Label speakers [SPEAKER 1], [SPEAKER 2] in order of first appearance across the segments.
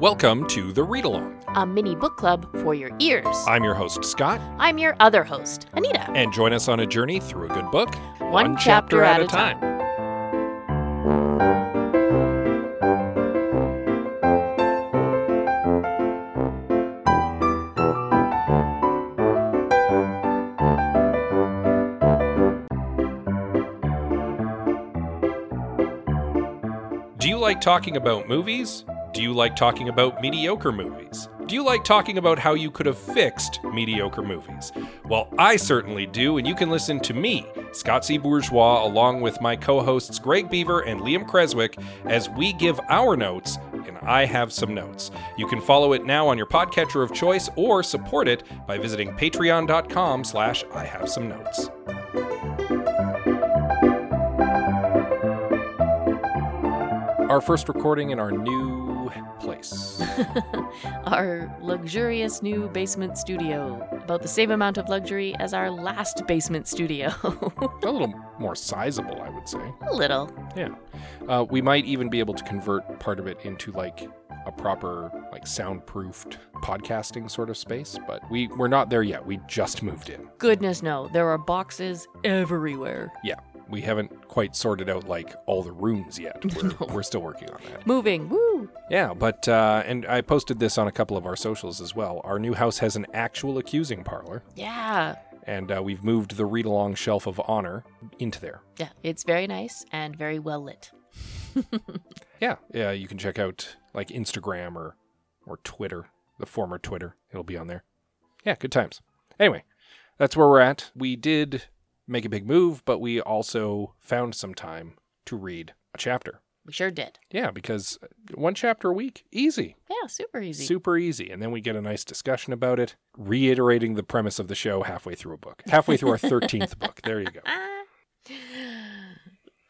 [SPEAKER 1] Welcome to the Read Along.
[SPEAKER 2] a mini book club for your ears.
[SPEAKER 1] I'm your host, Scott,
[SPEAKER 2] I'm your other host, Anita.
[SPEAKER 1] and join us on a journey through a good book, one,
[SPEAKER 2] chapter at a time.
[SPEAKER 1] Do you like talking about movies? Do you like talking about mediocre movies? Do you like talking about how you could have fixed mediocre movies? Well, I certainly do, and you can listen to me, Scott C. Bourgeois, along with my co hosts Greg Beaver and Liam Creswick, as we give our notes, and I have some notes. You can follow it now on your podcatcher of choice or support it by visiting patreon.com slash I have some notes. Our first recording in our new place.
[SPEAKER 2] Our luxurious new basement studio. About the same amount of luxury as our last basement studio.
[SPEAKER 1] a little more sizable, I would say.
[SPEAKER 2] a little.
[SPEAKER 1] Yeah, uh, we might even be able to convert part of it into like a proper, like soundproofed podcasting sort of space. But we we're not there yet. We just moved in.
[SPEAKER 2] Goodness no, there are boxes everywhere.
[SPEAKER 1] Yeah, we haven't quite sorted out like all the rooms yet. We're, we're still working on that.
[SPEAKER 2] Moving, woo!
[SPEAKER 1] Yeah, but uh, and I posted this on a couple of our socials as well. Our new house has an actual accusing parlor,
[SPEAKER 2] Yeah.
[SPEAKER 1] and uh, we've moved the read along shelf of honor into there.
[SPEAKER 2] Yeah, it's very nice and very well lit.
[SPEAKER 1] yeah yeah you can check out like instagram or or twitter the former twitter it'll be on there yeah good times anyway that's where we're at we did make a big move but we also found some time to read a chapter
[SPEAKER 2] We sure did.
[SPEAKER 1] yeah because one chapter a week easy,
[SPEAKER 2] Yeah, super easy.
[SPEAKER 1] super easy and then we get a nice discussion about it reiterating the premise of the show halfway through a book halfway through our 13th book there you go
[SPEAKER 2] Ah.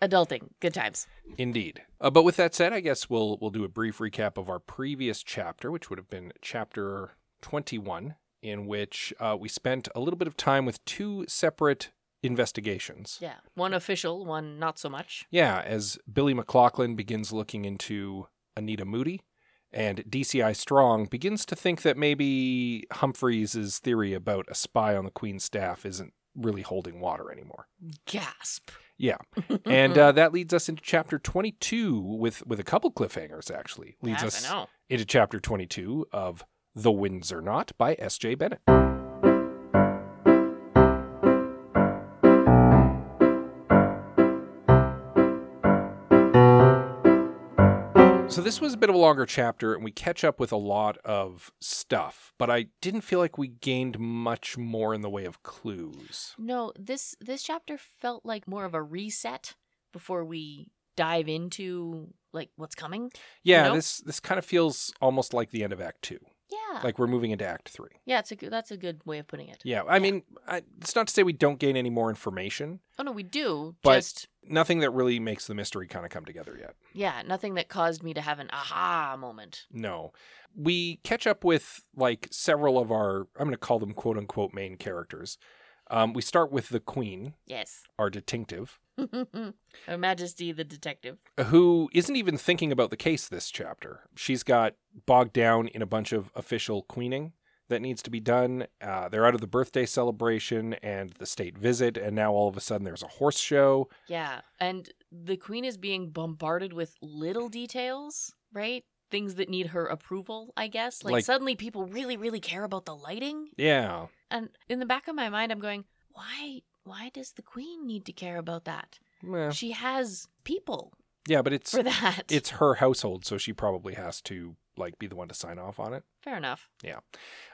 [SPEAKER 2] Adulting, good times.
[SPEAKER 1] Indeed. Uh, but with that said, I guess we'll we'll do a brief recap of our previous chapter, which would have been chapter 21, in which uh, we spent a little bit of time with two separate investigations.
[SPEAKER 2] Yeah, one official, one not so much.
[SPEAKER 1] Yeah, as Billy McLaughlin begins looking into Anita Moody, and DCI Strong begins to think that maybe Humphreys's theory about a spy on the Queen's staff isn't really holding water anymore.
[SPEAKER 2] Gasp.
[SPEAKER 1] Yeah, and uh, that leads us into chapter 22 with with a couple cliffhangers. Actually, leads
[SPEAKER 2] Yes,
[SPEAKER 1] us
[SPEAKER 2] I know.
[SPEAKER 1] into chapter 22 of The Winds Are Not by S.J. Bennett. So, this was a bit of a longer chapter, and we catch up with a lot of stuff, but I didn't feel like we gained much more in the way of clues.
[SPEAKER 2] No, this this chapter felt like more of a reset before we dive into like what's coming.
[SPEAKER 1] Yeah,
[SPEAKER 2] Nope.
[SPEAKER 1] this this kind of feels almost like the end of Act Two.
[SPEAKER 2] Yeah.
[SPEAKER 1] Like we're moving into Act Three.
[SPEAKER 2] yeah, it's a good, that's a good way of putting it.
[SPEAKER 1] Yeah, I mean, I, it's not to say we don't gain any more information.
[SPEAKER 2] Oh no, we do.
[SPEAKER 1] But-
[SPEAKER 2] Just
[SPEAKER 1] Nothing that really makes the mystery kind of come together yet.
[SPEAKER 2] yeah, nothing that caused me to have an aha moment.
[SPEAKER 1] No. We catch up with like several of our, I'm going to call them quote unquote main characters. Um, we start with the Queen,
[SPEAKER 2] Yes.
[SPEAKER 1] our detective,
[SPEAKER 2] Her Majesty the detective.
[SPEAKER 1] who isn't even thinking about the case this chapter. She's got bogged down in a bunch of official queening that needs to be done. Uh, they're out of the birthday celebration and the state visit, and now all of a sudden there's a horse show.
[SPEAKER 2] Yeah. And the queen is being bombarded with little details, right? Things that need her approval, I guess. Like,
[SPEAKER 1] Like-
[SPEAKER 2] suddenly people really, really care about the lighting.
[SPEAKER 1] Yeah.
[SPEAKER 2] And in the back of my mind I'm going, why why does the queen need to care about that?
[SPEAKER 1] Meh.
[SPEAKER 2] She has people
[SPEAKER 1] Yeah, but it's
[SPEAKER 2] for that.
[SPEAKER 1] it's her household, so she probably has to like be the one to sign off on it.
[SPEAKER 2] fair enough.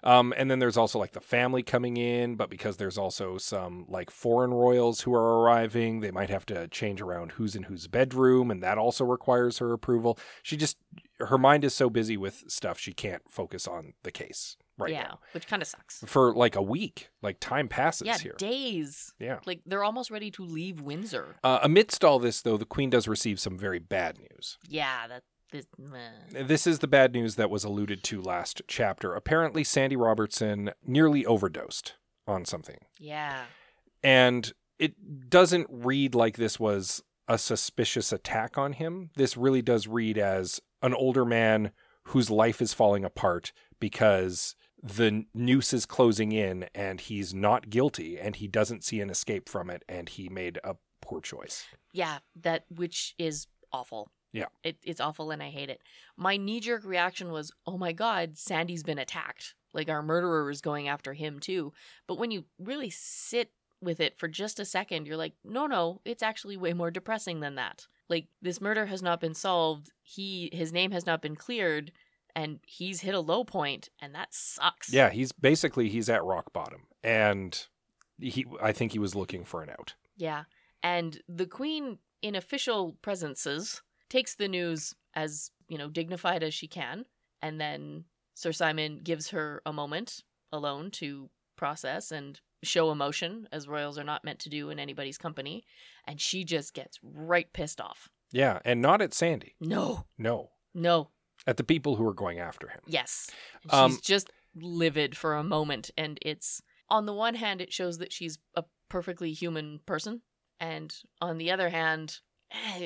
[SPEAKER 1] Um, and then there's also like the family coming in, but because there's also some like foreign royals who are arriving, they might have to change around who's in whose bedroom, and that also requires her approval. She just her mind is so busy with stuff she can't focus on the case right
[SPEAKER 2] yeah,
[SPEAKER 1] now
[SPEAKER 2] which kind of sucks.
[SPEAKER 1] for like a week. Like time passes
[SPEAKER 2] Yeah,
[SPEAKER 1] here.
[SPEAKER 2] days.
[SPEAKER 1] yeah.
[SPEAKER 2] Like they're almost ready to leave Windsor.
[SPEAKER 1] Uh, amidst all this, though, the queen does receive some very bad news.
[SPEAKER 2] Yeah, that this, meh.
[SPEAKER 1] This is the bad news that was alluded to last chapter. Apparently, Sandy Robertson nearly overdosed on something.
[SPEAKER 2] yeah.
[SPEAKER 1] And it doesn't read like this was a suspicious attack on him. This really does read as an older man whose life is falling apart because the noose is closing in and he's not guilty and he doesn't see an escape from it and he made a poor choice.
[SPEAKER 2] Yeah, that which is awful.
[SPEAKER 1] Yeah.
[SPEAKER 2] It, it's awful and I hate it. My knee jerk reaction was, oh my God, Sandy's been attacked. Like our murderer is going after him too. But when you really sit with it for just a second, you're like, no, no, it's actually way more depressing than that. Like this murder has not been solved. He his name has not been cleared and he's hit a low point and that sucks.
[SPEAKER 1] Yeah, he's basically he's at rock bottom and he I think he was looking for an out.
[SPEAKER 2] Yeah. And the queen in official presences takes the news as, you know, dignified as she can, and then Sir Simon gives her a moment alone to process and show emotion as royals are not meant to do in anybody's company, and she just gets right pissed off.
[SPEAKER 1] Yeah, and not at Sandy.
[SPEAKER 2] No.
[SPEAKER 1] No.
[SPEAKER 2] No.
[SPEAKER 1] At the people who are going after him.
[SPEAKER 2] Yes. And
[SPEAKER 1] Um,
[SPEAKER 2] she's just livid for a moment and it's on the one hand it shows that she's a perfectly human person and on the other hand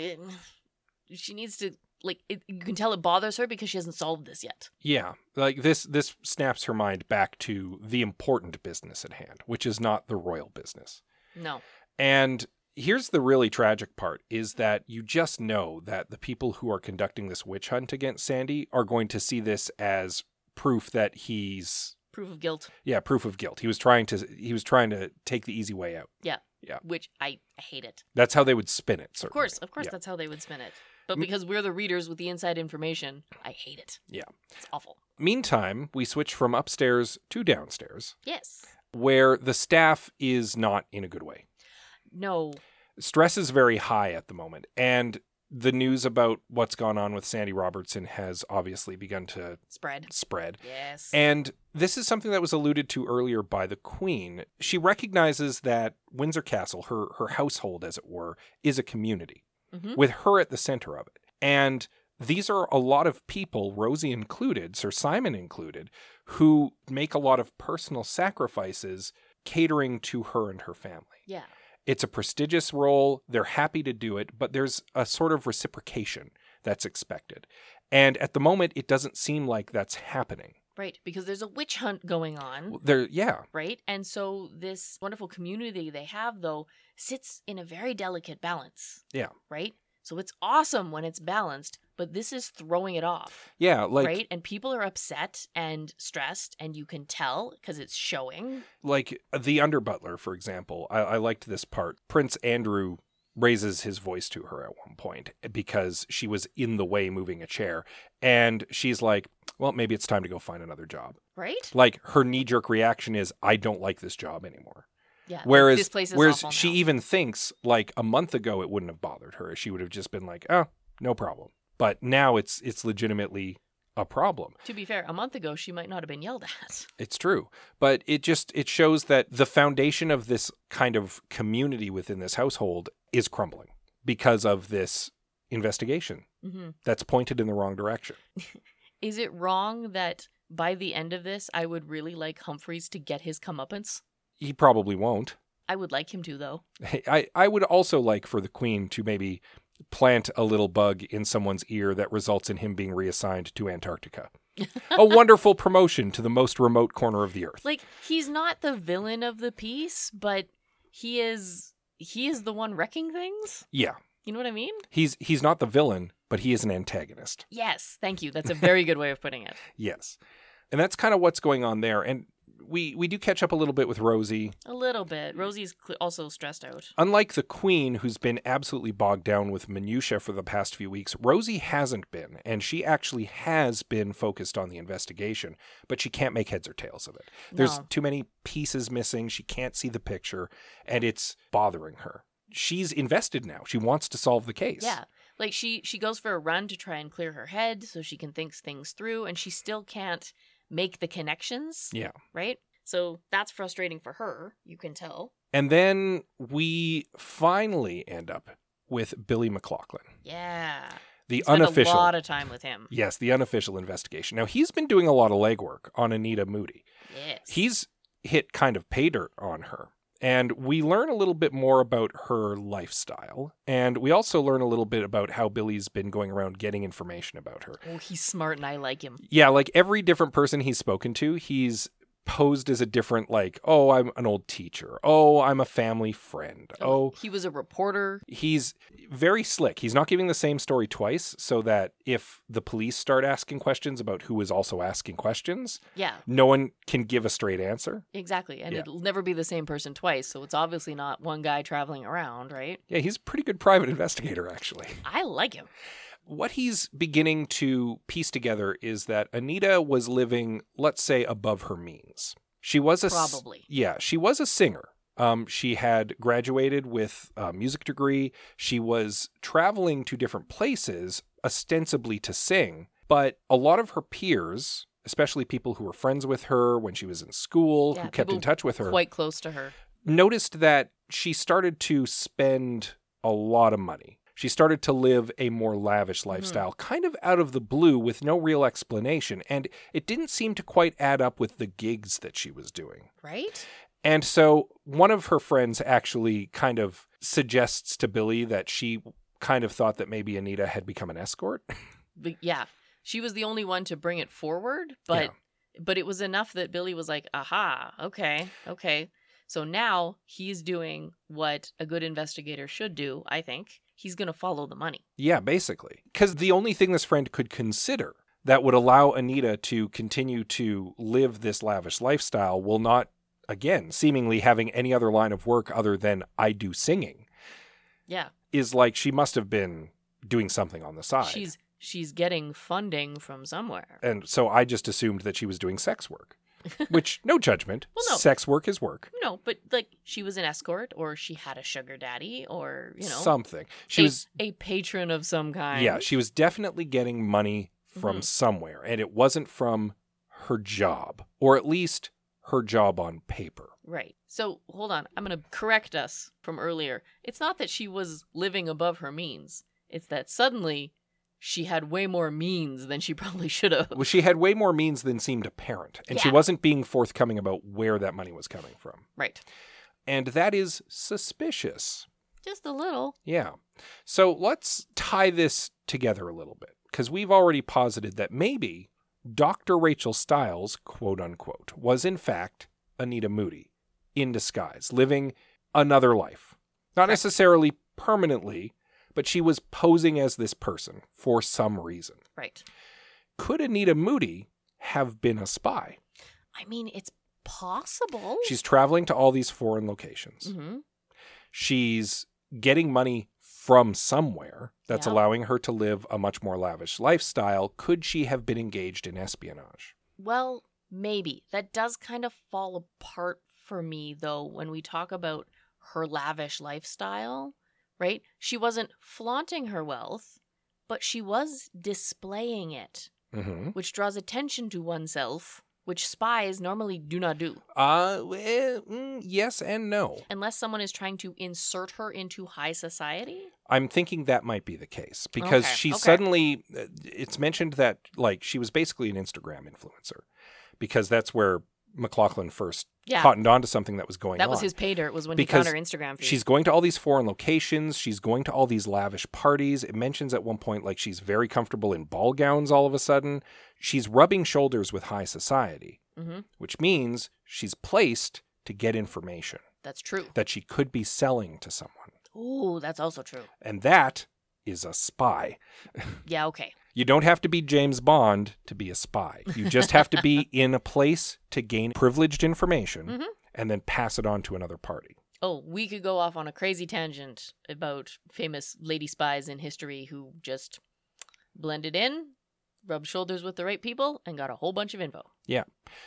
[SPEAKER 2] she needs to like it, you can tell it bothers her because she hasn't solved this yet.
[SPEAKER 1] Yeah, like this this snaps her mind back to the important business at hand, which is not the royal business.
[SPEAKER 2] No.
[SPEAKER 1] And here's the really tragic part is that you just know that the people who are conducting this witch hunt against Sandy are going to see this as proof that he's
[SPEAKER 2] Proof of guilt,
[SPEAKER 1] yeah, proof of guilt. He was trying to he was trying to take the easy way out.
[SPEAKER 2] which I hate it.
[SPEAKER 1] That's how they would spin it,
[SPEAKER 2] Of
[SPEAKER 1] certainly.
[SPEAKER 2] course, of course
[SPEAKER 1] Yeah.
[SPEAKER 2] that's how they would spin it. But
[SPEAKER 1] M-
[SPEAKER 2] because we're the readers with the inside information, I hate it.
[SPEAKER 1] Yeah.
[SPEAKER 2] It's awful.
[SPEAKER 1] Meantime, we switch from upstairs to downstairs,
[SPEAKER 2] Yes.
[SPEAKER 1] where the staff is not in a good way.
[SPEAKER 2] No.
[SPEAKER 1] stress is very high at the moment and the news about what's gone on with Sandy Robertson has obviously begun to
[SPEAKER 2] Spread.
[SPEAKER 1] spread.
[SPEAKER 2] Yes.
[SPEAKER 1] And this is something that was alluded to earlier by the queen. She recognizes that Windsor Castle, her her household as it were, is a community
[SPEAKER 2] Mhm.
[SPEAKER 1] with her at the center of it. And these are a lot of people, Rosie included, Sir Simon included, who make a lot of personal sacrifices catering to her and her family
[SPEAKER 2] yeah.
[SPEAKER 1] it's a prestigious role. They're happy to do it, but there's a sort of reciprocation that's expected. And at the moment, it doesn't seem like that's happening.
[SPEAKER 2] Right, because there's a witch hunt going on.
[SPEAKER 1] There, yeah,
[SPEAKER 2] right? And so this wonderful community they have though sits in a very delicate balance.
[SPEAKER 1] Yeah.
[SPEAKER 2] Right? So it's awesome when it's balanced, but this is throwing it off,
[SPEAKER 1] yeah, like
[SPEAKER 2] right? And people are upset and stressed and you can tell cuz it's showing.
[SPEAKER 1] like uh, the underbutler, for example. I, I liked this part. Prince Andrew raises his voice to her at one point eh, because she was in the way moving a chair, and she's like, "Well, maybe it's time to go find another job."
[SPEAKER 2] Right?
[SPEAKER 1] Like her knee-jerk reaction is, "I don't like this job anymore."
[SPEAKER 2] Yeah. like,
[SPEAKER 1] Whereas,
[SPEAKER 2] this place is
[SPEAKER 1] whereas
[SPEAKER 2] awful
[SPEAKER 1] she
[SPEAKER 2] now.
[SPEAKER 1] even thinks like a month ago it wouldn't have bothered her. She would have just been like, "Oh, no problem." But now it's it's legitimately a problem.
[SPEAKER 2] to be fair, a month ago she might not have been yelled at.
[SPEAKER 1] It's true, but it just it shows that the foundation of this kind of community within this household is crumbling because of this investigation
[SPEAKER 2] hmm
[SPEAKER 1] that's pointed in the wrong direction.
[SPEAKER 2] Is it wrong that by the end of this I would really like Humphreys to get his comeuppance?
[SPEAKER 1] He probably won't.
[SPEAKER 2] I would like him to though.
[SPEAKER 1] I I would also like for the queen to maybe plant a little bug in someone's ear that results in him being reassigned to Antarctica. a wonderful promotion to the most remote corner of the earth.
[SPEAKER 2] like he's not the villain of the piece, but he is he is the one wrecking things.
[SPEAKER 1] Yeah.
[SPEAKER 2] You know what I mean?
[SPEAKER 1] He's he's not the villain, but he is an antagonist.
[SPEAKER 2] Yes, thank you. That's a very good way of putting it.
[SPEAKER 1] Yes. And that's kind of what's going on there and we we do catch up a little bit with Rosie.
[SPEAKER 2] A little bit. Rosie's cl- also stressed out.
[SPEAKER 1] Unlike the queen who's been absolutely bogged down with minutia for the past few weeks, Rosie hasn't been and she actually has been focused on the investigation, but she can't make heads or tails of it. There's
[SPEAKER 2] No.
[SPEAKER 1] too many pieces missing. She can't see the picture, and it's bothering her. She's invested now. She wants to solve the case.
[SPEAKER 2] Yeah. Like she she goes for a run to try and clear her head so she can think things through and she still can't make the connections.
[SPEAKER 1] Yeah.
[SPEAKER 2] Right? So that's frustrating for her, you can tell.
[SPEAKER 1] And then we finally end up with Billy McLaughlin,
[SPEAKER 2] Yeah.
[SPEAKER 1] the
[SPEAKER 2] Spent
[SPEAKER 1] unofficial.
[SPEAKER 2] a lot of time with him.
[SPEAKER 1] yes, the unofficial investigation. Now, he's been doing a lot of legwork on Anita Moody.
[SPEAKER 2] Yes.
[SPEAKER 1] He's hit kind of pay dirt on her. And we learn a little bit more about her lifestyle. And we also learn a little bit about how Billy's been going around getting information about her.
[SPEAKER 2] Oh, he's smart and I like him.
[SPEAKER 1] Yeah, like every different person he's spoken to, he's posed as a different, like, oh, I'm an old teacher. Oh, I'm a family friend. Oh,
[SPEAKER 2] he was a reporter.
[SPEAKER 1] he's very slick. He's not giving the same story twice so that if the police start asking questions about who is also asking questions,
[SPEAKER 2] Yeah,
[SPEAKER 1] no one can give a straight answer.
[SPEAKER 2] exactly. And
[SPEAKER 1] Yeah.
[SPEAKER 2] it'll never be the same person twice. So it's obviously not one guy traveling around, right?
[SPEAKER 1] Yeah, he's a pretty good private investigator, actually.
[SPEAKER 2] I like him.
[SPEAKER 1] What he's beginning to piece together is that Anita was living, let's say, above her means. She was a s-
[SPEAKER 2] Probably.
[SPEAKER 1] yeah, she was a singer. Um, she had graduated with a music degree. She was traveling to different places ostensibly to sing, but a lot of her peers, especially people who were friends with her when she was in school,
[SPEAKER 2] Yeah,
[SPEAKER 1] who kept in
[SPEAKER 2] people
[SPEAKER 1] touch with her,
[SPEAKER 2] Quite close to her.
[SPEAKER 1] noticed that she started to spend a lot of money. She started to live a more
[SPEAKER 2] Mm-hmm.
[SPEAKER 1] lavish lifestyle, kind of out of the blue with no real explanation. And it didn't seem to quite add up with the gigs that she was doing.
[SPEAKER 2] Right?
[SPEAKER 1] And so one of her friends actually kind of suggests to Billy that she kind of thought that maybe Anita had become an escort.
[SPEAKER 2] But yeah. She was the only one to bring it forward, but but it was enough that Billy was like, "Aha, okay. Okay." So now he's doing what a good investigator should do, I think. He's going to follow the money.
[SPEAKER 1] Yeah, basically. Because the only thing this friend could consider that would allow Anita to continue to live this lavish lifestyle will not, again, seemingly having any other line of work other than I do singing,
[SPEAKER 2] Yeah.
[SPEAKER 1] is like she must have been doing something on the side.
[SPEAKER 2] She's she's getting funding from somewhere.
[SPEAKER 1] And so I just assumed that she was doing sex work, which, no judgment.
[SPEAKER 2] Well, no.
[SPEAKER 1] Sex work is work.
[SPEAKER 2] you know, but like she was an escort or she had a sugar daddy or, you know,
[SPEAKER 1] Something. She
[SPEAKER 2] a,
[SPEAKER 1] was
[SPEAKER 2] a patron of some kind.
[SPEAKER 1] Yeah, she was definitely getting money from
[SPEAKER 2] Mhm.
[SPEAKER 1] somewhere, and it wasn't from her job, or at least her job on paper.
[SPEAKER 2] Right. So hold on. I'm going to correct us from earlier. It's not that she was living above her means, it's that suddenly she had way more means than she probably should have.
[SPEAKER 1] Well, she had way more means than seemed apparent, and she
[SPEAKER 2] Yeah.
[SPEAKER 1] wasn't being forthcoming about where that money was coming from.
[SPEAKER 2] Right.
[SPEAKER 1] And that is suspicious.
[SPEAKER 2] Just a little.
[SPEAKER 1] Yeah. So let's tie this together a little bit, because we've already posited that maybe Dr. Rachel Stiles, quote unquote, was in fact Anita Moody in disguise, living another life. Not necessarily permanently, but she was posing as this person for some reason.
[SPEAKER 2] Right.
[SPEAKER 1] Could Anita Moody have been a spy?
[SPEAKER 2] I mean, it's possible.
[SPEAKER 1] She's traveling to all these foreign locations.
[SPEAKER 2] hmm
[SPEAKER 1] she's getting money from somewhere that's
[SPEAKER 2] Yeah.
[SPEAKER 1] allowing her to live a much more lavish lifestyle. Could she have been engaged in espionage?
[SPEAKER 2] Well, maybe. That does kind of fall apart for me, though, when we talk about her lavish lifestyle, right? She wasn't flaunting her wealth, but she was displaying it,
[SPEAKER 1] Mm-hmm.
[SPEAKER 2] which draws attention to oneself, which spies normally do not do,
[SPEAKER 1] Uh, eh, mm, yes and no.
[SPEAKER 2] unless someone is trying to insert her into high society.
[SPEAKER 1] I'm thinking that might be the case because
[SPEAKER 2] Okay,
[SPEAKER 1] she
[SPEAKER 2] okay.
[SPEAKER 1] suddenly, uh, it's mentioned that like she was basically an Instagram influencer because that's where McLaughlin first
[SPEAKER 2] Yeah.
[SPEAKER 1] cottoned onto something that was going
[SPEAKER 2] that
[SPEAKER 1] on.
[SPEAKER 2] was his pay dirt, was when
[SPEAKER 1] Because
[SPEAKER 2] he found her Instagram feed.
[SPEAKER 1] She's going to all these foreign locations. She's going to all these lavish parties. It mentions at one point like she's very comfortable in ball gowns all of a sudden. She's rubbing shoulders with high society,
[SPEAKER 2] hmm
[SPEAKER 1] which means she's placed to get information
[SPEAKER 2] That's true.
[SPEAKER 1] that she could be selling to someone.
[SPEAKER 2] Ooh, that's also true.
[SPEAKER 1] And that is a spy.
[SPEAKER 2] Yeah, okay.
[SPEAKER 1] You don't have to be James Bond to be a spy. You just have to be in a place to gain privileged information
[SPEAKER 2] Mhm.
[SPEAKER 1] and then pass it on to another party.
[SPEAKER 2] Oh, we could go off on a crazy tangent about famous lady spies in history who just blended in, rubbed shoulders with the right people, and got a whole bunch of info.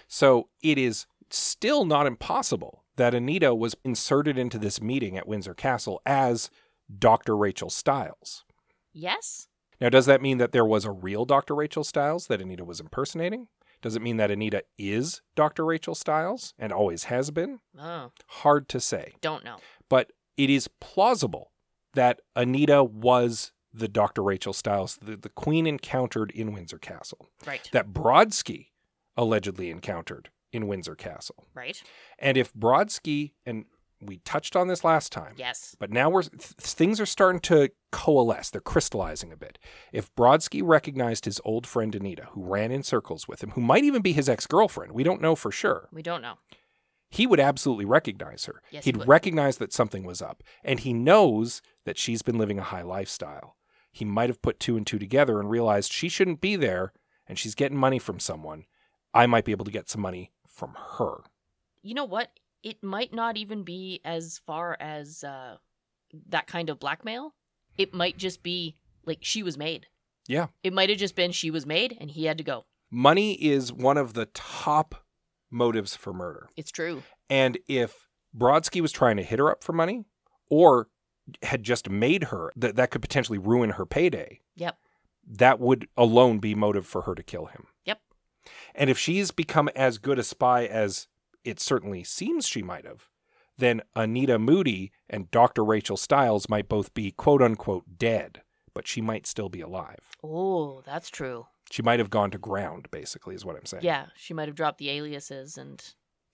[SPEAKER 1] So it is still not impossible that Anita was inserted into this meeting at Windsor Castle as Dr. Rachel Stiles.
[SPEAKER 2] Yes?
[SPEAKER 1] Now, does that mean that there was a real Dr. Rachel Stiles that Anita was impersonating? Does it mean that Anita is Dr. Rachel Stiles and always has been?
[SPEAKER 2] Oh,
[SPEAKER 1] Hard to say.
[SPEAKER 2] don't know.
[SPEAKER 1] But it is plausible that Anita was the Dr. Rachel Stiles that the Queen encountered in Windsor Castle,
[SPEAKER 2] Right.
[SPEAKER 1] that Brodsky allegedly encountered in Windsor Castle.
[SPEAKER 2] Right.
[SPEAKER 1] And if Brodsky and we touched on this last time.
[SPEAKER 2] Yes.
[SPEAKER 1] But now we're th- things are starting to coalesce. They're crystallizing a bit. If Brodsky recognized his old friend Anita, who ran in circles with him, who might even be his ex-girlfriend, we don't know for sure.
[SPEAKER 2] We don't know.
[SPEAKER 1] He would absolutely recognize her.
[SPEAKER 2] Yes, he
[SPEAKER 1] He'd
[SPEAKER 2] would.
[SPEAKER 1] recognize that something was up, and he knows that she's been living a high lifestyle. He might have put two and two together and realized she shouldn't be there, and she's getting money from someone. I might be able to get some money from her.
[SPEAKER 2] You know what? It might not even be as far as uh, that kind of blackmail. It might just be like she was made.
[SPEAKER 1] Yeah.
[SPEAKER 2] It might have just been she was made and he had to go.
[SPEAKER 1] Money is one of the top motives for murder.
[SPEAKER 2] It's true.
[SPEAKER 1] And if Brodsky was trying to hit her up for money or had just made her, that that could potentially ruin her payday.
[SPEAKER 2] Yep.
[SPEAKER 1] That would alone be motive for her to kill him.
[SPEAKER 2] Yep.
[SPEAKER 1] And if she's become as good a spy as it certainly seems she might have, then Anita Moody and Dr. Rachel Stiles might both be quote unquote dead, but she might still be alive.
[SPEAKER 2] Oh, that's true.
[SPEAKER 1] She might have gone to ground, basically, is what I'm saying.
[SPEAKER 2] Yeah, she might have dropped the aliases and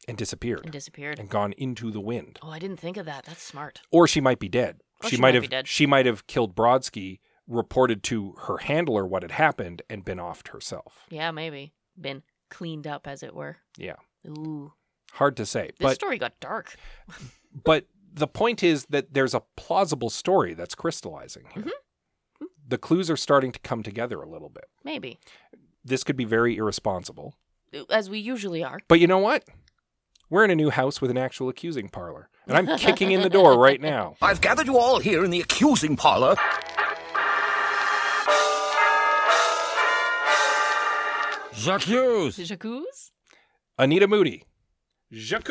[SPEAKER 1] And disappeared.
[SPEAKER 2] and disappeared.
[SPEAKER 1] and gone into the wind.
[SPEAKER 2] Oh, I didn't think of that. That's smart.
[SPEAKER 1] or she might be dead.
[SPEAKER 2] Or
[SPEAKER 1] she,
[SPEAKER 2] she
[SPEAKER 1] might
[SPEAKER 2] might
[SPEAKER 1] have
[SPEAKER 2] be dead.
[SPEAKER 1] she might have killed Brodsky, reported to her handler what had happened, and been offed herself.
[SPEAKER 2] Yeah, maybe been cleaned up, as it were.
[SPEAKER 1] Yeah,
[SPEAKER 2] Ooh,
[SPEAKER 1] hard to say,
[SPEAKER 2] this
[SPEAKER 1] but
[SPEAKER 2] story got dark.
[SPEAKER 1] but the point is that there's a plausible story that's crystallizing here.
[SPEAKER 2] Mm-hmm.
[SPEAKER 1] The clues are starting to come together a little bit.
[SPEAKER 2] Maybe,
[SPEAKER 1] This could be very irresponsible,
[SPEAKER 2] as we usually are.
[SPEAKER 1] but you know what? We're in a new house with an actual accusing parlor, and I'm kicking in the door right now.
[SPEAKER 3] I've gathered you all here in the accusing parlor. Jacques Hughes.
[SPEAKER 2] Jacques
[SPEAKER 1] Anita Moody, Jacques.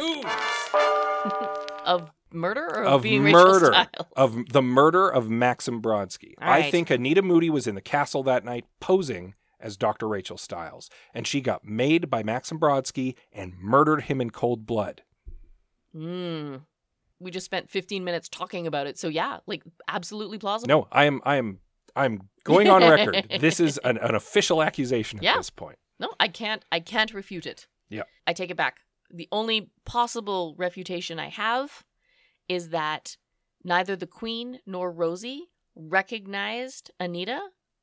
[SPEAKER 2] of murder or of,
[SPEAKER 1] of
[SPEAKER 2] being
[SPEAKER 1] murder
[SPEAKER 2] Rachel Stiles?
[SPEAKER 1] of the murder of Maxim Brodsky.
[SPEAKER 2] All
[SPEAKER 1] I
[SPEAKER 2] right.
[SPEAKER 1] think Anita Moody was in the castle that night posing as Dr. Rachel Stiles, and she got made by Maxim Brodsky and murdered him in cold blood.
[SPEAKER 2] Mm. We just spent 15 minutes talking about it, so yeah, like absolutely plausible.
[SPEAKER 1] No, I am I am I'm going on record. This is an, an official accusation at
[SPEAKER 2] Yeah.
[SPEAKER 1] this point.
[SPEAKER 2] No, I can't. I can't refute it.
[SPEAKER 1] Yeah.
[SPEAKER 2] I take it back. The only possible refutation I have is that neither the Queen nor Rosie recognized Anita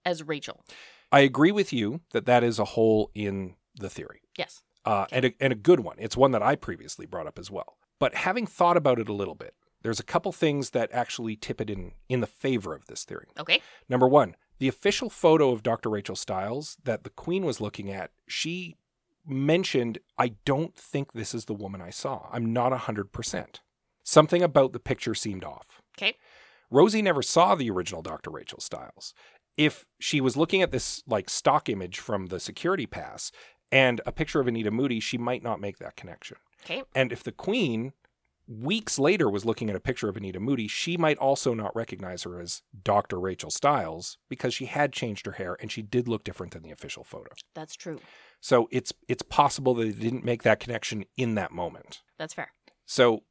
[SPEAKER 2] as Rachel.
[SPEAKER 1] I agree with you that that is a hole in the theory.
[SPEAKER 2] Yes.
[SPEAKER 1] uh, and, a, and a good one. It's one that I previously brought up as well. But having thought about it a little bit, there's a couple things that actually tip it in, in the favor of this theory.
[SPEAKER 2] Okay.
[SPEAKER 1] Number one, the official photo of Dr. Rachel Stiles that the Queen was looking at, she mentioned, I don't think this is the woman I saw. I'm not 100%. Something about the picture seemed off.
[SPEAKER 2] Okay.
[SPEAKER 1] Rosie never saw the original Dr. Rachel Stiles. If she was looking at this like stock image from the security pass and a picture of Anita Moody, she might not make that connection.
[SPEAKER 2] Okay.
[SPEAKER 1] And if the Queen weeks later was looking at a picture of Anita Moody, she might also not recognize her as Dr. Rachel Stiles because she had changed her hair and she did look different than the official photo.
[SPEAKER 2] That's true.
[SPEAKER 1] So it's it's possible that they didn't make that connection in that moment.
[SPEAKER 2] That's fair.
[SPEAKER 1] So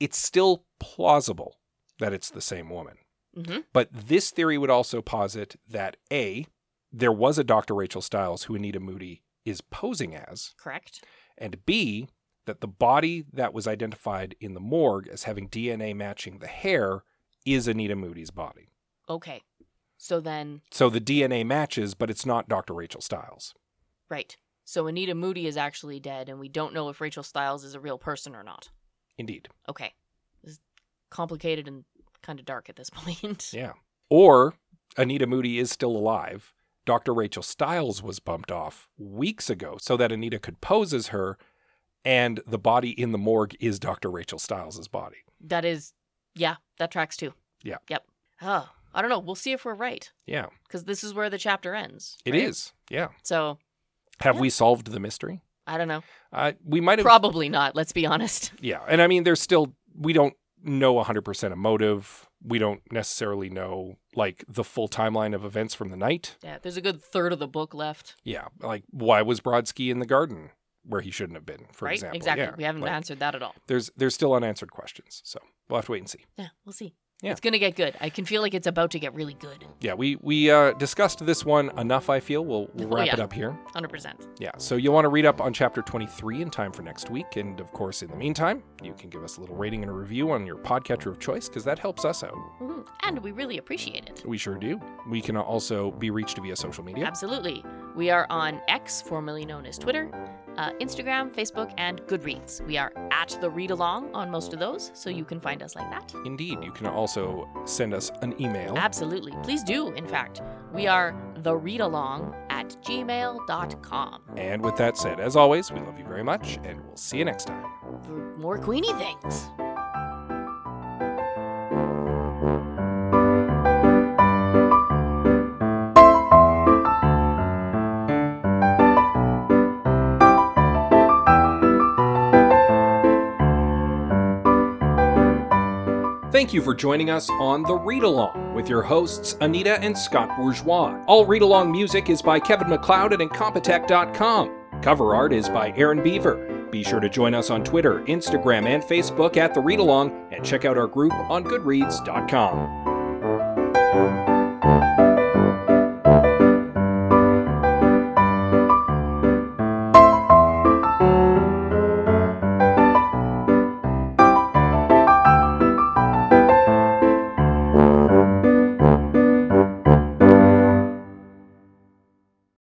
[SPEAKER 1] it's still plausible that it's the same woman.
[SPEAKER 2] Mm-hmm.
[SPEAKER 1] But this theory would also posit that A, there was a Dr. Rachel Stiles who Anita Moody is posing as,
[SPEAKER 2] Correct.
[SPEAKER 1] and B, that the body that was identified in the morgue as having DNA matching the hair is Anita Moody's body.
[SPEAKER 2] Okay. So then,
[SPEAKER 1] So the DNA matches, but it's not Dr. Rachel Stiles.
[SPEAKER 2] right. So Anita Moody is actually dead, and we don't know if Rachel Stiles is a real person or not.
[SPEAKER 1] Indeed.
[SPEAKER 2] Okay. This is complicated and kind of dark at this point.
[SPEAKER 1] Yeah. Or Anita Moody is still alive. Dr. Rachel Stiles was bumped off weeks ago so that Anita could pose as her, and the body in the morgue is Dr. Rachel Stiles' body.
[SPEAKER 2] That is, yeah, that tracks too.
[SPEAKER 1] Yeah.
[SPEAKER 2] Yep. Oh, I don't know. We'll see if we're right
[SPEAKER 1] Yeah.
[SPEAKER 2] because this is where the chapter ends.
[SPEAKER 1] It
[SPEAKER 2] right?
[SPEAKER 1] is, yeah.
[SPEAKER 2] So
[SPEAKER 1] Have
[SPEAKER 2] Yeah.
[SPEAKER 1] we solved the mystery?
[SPEAKER 2] I don't know.
[SPEAKER 1] Uh, we might have.
[SPEAKER 2] Probably not. Let's be honest.
[SPEAKER 1] yeah, and I mean, there's still we don't know 100 percent of motive. We don't necessarily know like the full timeline of events from the night.
[SPEAKER 2] Yeah. There's a good third of the book left.
[SPEAKER 1] Yeah, like why was Brodsky in the garden where he shouldn't have been? For
[SPEAKER 2] right.
[SPEAKER 1] example,
[SPEAKER 2] exactly.
[SPEAKER 1] Yeah,
[SPEAKER 2] we haven't
[SPEAKER 1] like,
[SPEAKER 2] answered that at all.
[SPEAKER 1] There's there's still unanswered questions, so we'll have to wait and see.
[SPEAKER 2] Yeah. We'll see.
[SPEAKER 1] Yeah.
[SPEAKER 2] It's going to get good. I can feel like it's about to get really good.
[SPEAKER 1] Yeah, we we uh, discussed this one enough. I feel we'll, we'll
[SPEAKER 2] Oh,
[SPEAKER 1] wrap
[SPEAKER 2] yeah.
[SPEAKER 1] it up here.
[SPEAKER 2] 100%.
[SPEAKER 1] Yeah, so you'll want to read up on chapter 23 in time for next week. And of course, in the meantime, you can give us a little rating and a review on your podcatcher of choice because that helps us out.
[SPEAKER 2] Mhm. And we really appreciate it.
[SPEAKER 1] We sure do. We can also be reached via social media.
[SPEAKER 2] Absolutely. We are on X, formerly known as Twitter, uh, Instagram, Facebook, and Goodreads. We are at the read along on most of those, so you can find us like that.
[SPEAKER 1] Indeed, you can also send us an email.
[SPEAKER 2] Absolutely. Please do, in fact. We are the read along at gmail.com
[SPEAKER 1] And with that said, as always, we love you very much and we'll see you next time.
[SPEAKER 2] for more Queenie things.
[SPEAKER 1] Thank you for joining us on The Read Along with your hosts, Anita and Scott Bourgeois. All read along music is by Kevin McLeod at Incompetech.com. Cover art is by Aaron Beaver. Be sure to join us on Twitter, Instagram, and Facebook at The Read Along and check out our group on Goodreads.com.